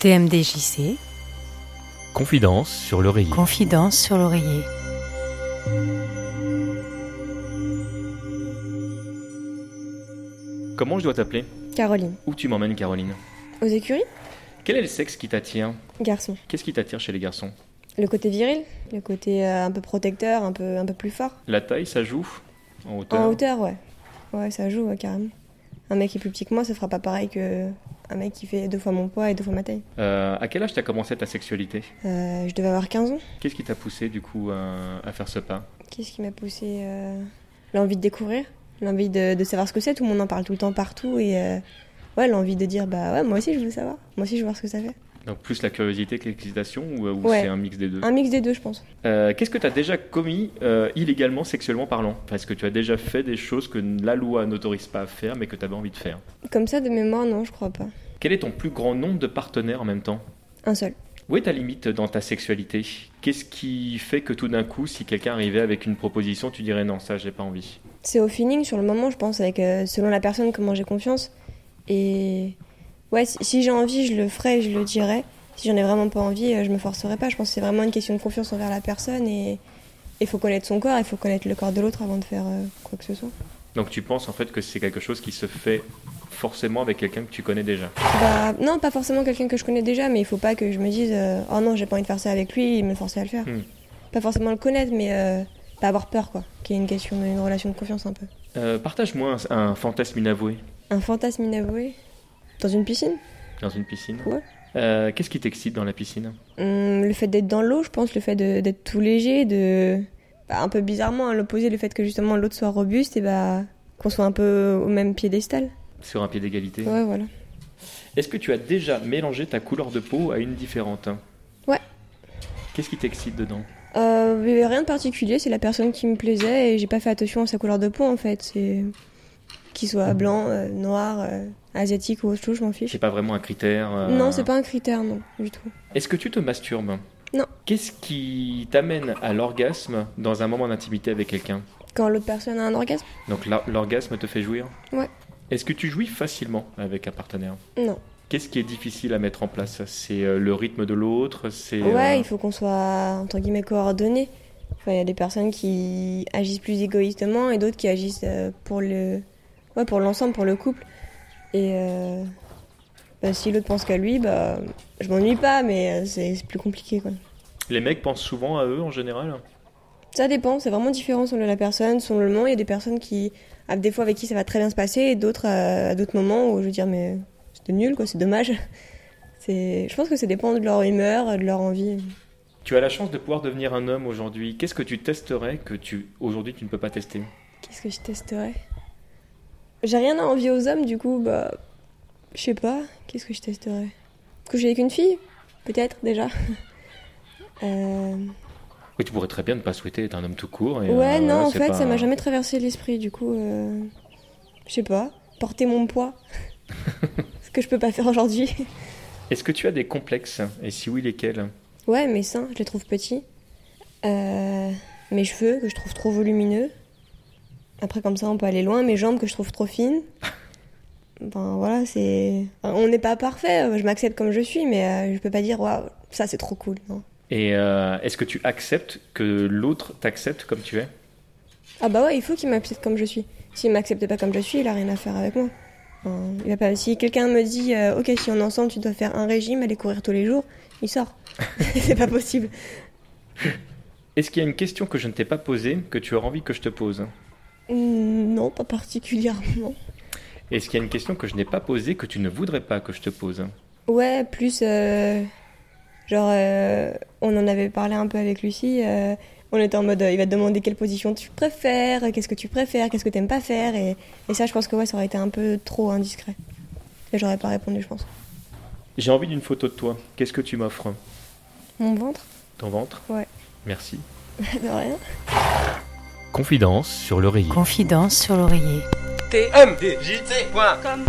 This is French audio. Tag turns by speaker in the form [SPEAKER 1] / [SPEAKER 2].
[SPEAKER 1] TMDJC,
[SPEAKER 2] Confidence sur l'oreiller.
[SPEAKER 1] confidence sur l'oreiller.
[SPEAKER 2] Comment je dois t'appeler
[SPEAKER 3] Caroline,
[SPEAKER 2] Où tu m'emmènes, Caroline
[SPEAKER 3] aux écuries
[SPEAKER 2] Quel est le sexe qui t'attire
[SPEAKER 3] Garçon.
[SPEAKER 2] Qu'est-ce qui t'attire chez les garçons
[SPEAKER 3] Le côté viril, le côté euh, un peu protecteur, un peu, un peu plus fort.
[SPEAKER 2] La taille, ça joue En hauteur
[SPEAKER 3] En hauteur, ouais. Ouais, ça joue, ouais, carrément. Un mec qui est plus petit que moi, ça fera pas pareil que un mec qui fait deux fois mon poids et deux fois ma taille.
[SPEAKER 2] Euh, À quel âge t'as commencé ta sexualité
[SPEAKER 3] Euh, je devais avoir 15 ans.
[SPEAKER 2] Qu'est-ce qui t'a poussé, du coup, euh, à faire ce pas
[SPEAKER 3] Qu'est-ce qui m'a poussé euh, L'envie de découvrir, l'envie de, de savoir ce que c'est. Tout le monde en parle tout le temps, partout. Et euh, ouais, l'envie de dire, bah ouais, moi aussi je veux savoir. Moi aussi je veux voir ce que ça fait.
[SPEAKER 2] Donc plus la curiosité que l'excitation ou, euh, ou
[SPEAKER 3] Ouais.
[SPEAKER 2] c'est un mix des deux
[SPEAKER 3] Un mix des deux, je pense.
[SPEAKER 2] Euh, Qu'est-ce que t'as déjà commis euh, illégalement, sexuellement parlant Parce que tu as déjà fait des choses que la loi n'autorise pas à faire, mais que t'avais envie de faire.
[SPEAKER 3] Comme ça, de mémoire, non, je crois pas.
[SPEAKER 2] Quel est ton plus grand nombre de partenaires en même temps
[SPEAKER 3] Un seul.
[SPEAKER 2] Où est ta limite dans ta sexualité Qu'est-ce qui fait que tout d'un coup, si quelqu'un arrivait avec une proposition, tu dirais non, ça, j'ai pas envie
[SPEAKER 3] C'est au feeling sur le moment, je pense, avec euh, selon la personne comment j'ai confiance. Et ouais, si, si j'ai envie, je le ferai, je le dirai. Si j'en ai vraiment pas envie, euh, je me forcerai pas. Je pense que c'est vraiment une question de confiance envers la personne et il faut connaître son corps, il faut connaître le corps de l'autre avant de faire euh, quoi que ce soit.
[SPEAKER 2] Donc tu penses en fait que c'est quelque chose qui se fait forcément avec quelqu'un que tu connais déjà.
[SPEAKER 3] Bah non, pas forcément quelqu'un que je connais déjà, mais il faut pas que je me dise euh, oh non, j'ai pas envie de faire ça avec lui, il me forcer à le faire.
[SPEAKER 2] Hmm.
[SPEAKER 3] Pas forcément le connaître, mais euh, pas avoir peur quoi. Qui est une question d'une relation de confiance un peu.
[SPEAKER 2] Euh, Partage-moi un, un fantasme inavoué
[SPEAKER 3] Un fantasme inavoué dans une piscine.
[SPEAKER 2] dans une piscine.
[SPEAKER 3] Ouais.
[SPEAKER 2] Euh, Qu'est-ce qui t'excite dans la piscine
[SPEAKER 3] Hum, le fait d'être dans l'eau, je pense, le fait de- d'être tout léger, de bah, un peu bizarrement à l'opposé, le fait que justement l'autre soit robuste et bah qu'on soit un peu au même piédestal.
[SPEAKER 2] Sur un pied d'égalité
[SPEAKER 3] Ouais, voilà.
[SPEAKER 2] Est-ce que tu as déjà mélangé ta couleur de peau à une différente
[SPEAKER 3] Ouais.
[SPEAKER 2] Qu'est-ce qui t'excite dedans
[SPEAKER 3] Euh, il y avait rien de particulier, c'est la personne qui me plaisait et j'ai pas fait attention à sa couleur de peau en fait. C'est qu'il soit blanc, euh, noir, euh, asiatique ou autre chose, je m'en fiche.
[SPEAKER 2] C'est pas vraiment un critère. euh,
[SPEAKER 3] Non, c'est pas un critère, non, du tout.
[SPEAKER 2] Est-ce que tu te masturbes
[SPEAKER 3] Non.
[SPEAKER 2] Qu'est-ce qui t'amène à l'orgasme dans un moment d'intimité avec quelqu'un
[SPEAKER 3] Quand l'autre personne a un orgasme
[SPEAKER 2] Donc l'or- l'orgasme te fait jouir
[SPEAKER 3] Ouais.
[SPEAKER 2] Est-ce que tu jouis facilement avec un partenaire
[SPEAKER 3] Non.
[SPEAKER 2] Qu'est-ce qui est difficile à mettre en place C'est euh, le rythme de l'autre C'est euh,
[SPEAKER 3] Ouais, il faut qu'on soit entre guillemets coordonné. Enfin, il y a des personnes qui agissent plus égoïstement et d'autres qui agissent euh, pour le, ouais, pour l'ensemble, pour le couple. Et euh, bah, si l'autre pense qu'à lui, bah, je m'ennuie pas, mais euh, c'est c'est plus compliqué quoi.
[SPEAKER 2] les mecs pensent souvent à eux en général.
[SPEAKER 3] Ça dépend, c'est vraiment différent selon la personne, selon le moment. Il y a des personnes qui, à des fois avec qui ça va très bien se passer, et d'autres euh, à d'autres moments où je veux dire mais c'était nul quoi, c'est dommage. C'est, je pense que ça dépend de leur humeur, de leur envie.
[SPEAKER 2] Tu as la chance de pouvoir devenir un homme aujourd'hui. Qu'est-ce que tu testerais que tu aujourd'hui tu ne peux pas tester
[SPEAKER 3] Qu'est-ce que je testerais J'ai rien à envier aux hommes, du coup, bah. Je sais pas, qu'est-ce que je testerais Coucher avec une fille Peut-être déjà Euh,
[SPEAKER 2] Oui, tu pourrais très bien ne pas souhaiter être un homme tout court. et, euh,
[SPEAKER 3] Ouais, non, en
[SPEAKER 2] c'est
[SPEAKER 3] fait,
[SPEAKER 2] pas-
[SPEAKER 3] ça m'a jamais traversé l'esprit, du coup. euh, Je sais pas, porter mon poids. Ce que je peux pas faire aujourd'hui.
[SPEAKER 2] Est-ce que tu as des complexes Et si oui, lesquels
[SPEAKER 3] Ouais, mes seins, je les trouve petits. Euh, mes cheveux, que je trouve trop volumineux. Après, comme ça, on peut aller loin. Mes jambes, que je trouve trop fines. Ben voilà, c'est. On n'est pas parfait, je m'accepte comme je suis, mais euh, je peux pas dire, waouh, ça c'est trop cool. Non.
[SPEAKER 2] Et euh, est-ce que tu acceptes que l'autre t'accepte comme tu es
[SPEAKER 3] Ah bah ouais, il faut qu'il m'accepte comme je suis. S'il m'accepte pas comme je suis, il a rien à faire avec moi. Enfin, il va pas... Si quelqu'un me dit, euh, ok, si on est ensemble, tu dois faire un régime, aller courir tous les jours, il sort. c'est pas possible.
[SPEAKER 2] Est-ce qu'il y a une question que je ne t'ai pas posée que tu auras envie que je te pose
[SPEAKER 3] Mm, Non, pas particulièrement.
[SPEAKER 2] Est-ce qu'il y a une question que je n'ai pas posée que tu ne voudrais pas que je te pose
[SPEAKER 3] Ouais, plus euh, genre euh, on en avait parlé un peu avec Lucie. euh, on était en mode, euh, il va te demander quelle position tu préfères, euh, qu'est-ce que tu préfères, qu'est-ce que t'aimes pas faire, et, et ça, je pense que ouais, ça aurait été un peu trop indiscret. Et j'aurais pas répondu, je pense.
[SPEAKER 2] J'ai envie d'une photo de toi. Qu'est-ce que tu m'offres
[SPEAKER 3] Mon ventre,
[SPEAKER 2] Ton ventre
[SPEAKER 3] Ouais.
[SPEAKER 2] Merci.
[SPEAKER 3] de rien.
[SPEAKER 2] Confidence sur l'oreiller.
[SPEAKER 1] Confidence sur l'oreiller.
[SPEAKER 4] TMDJC.com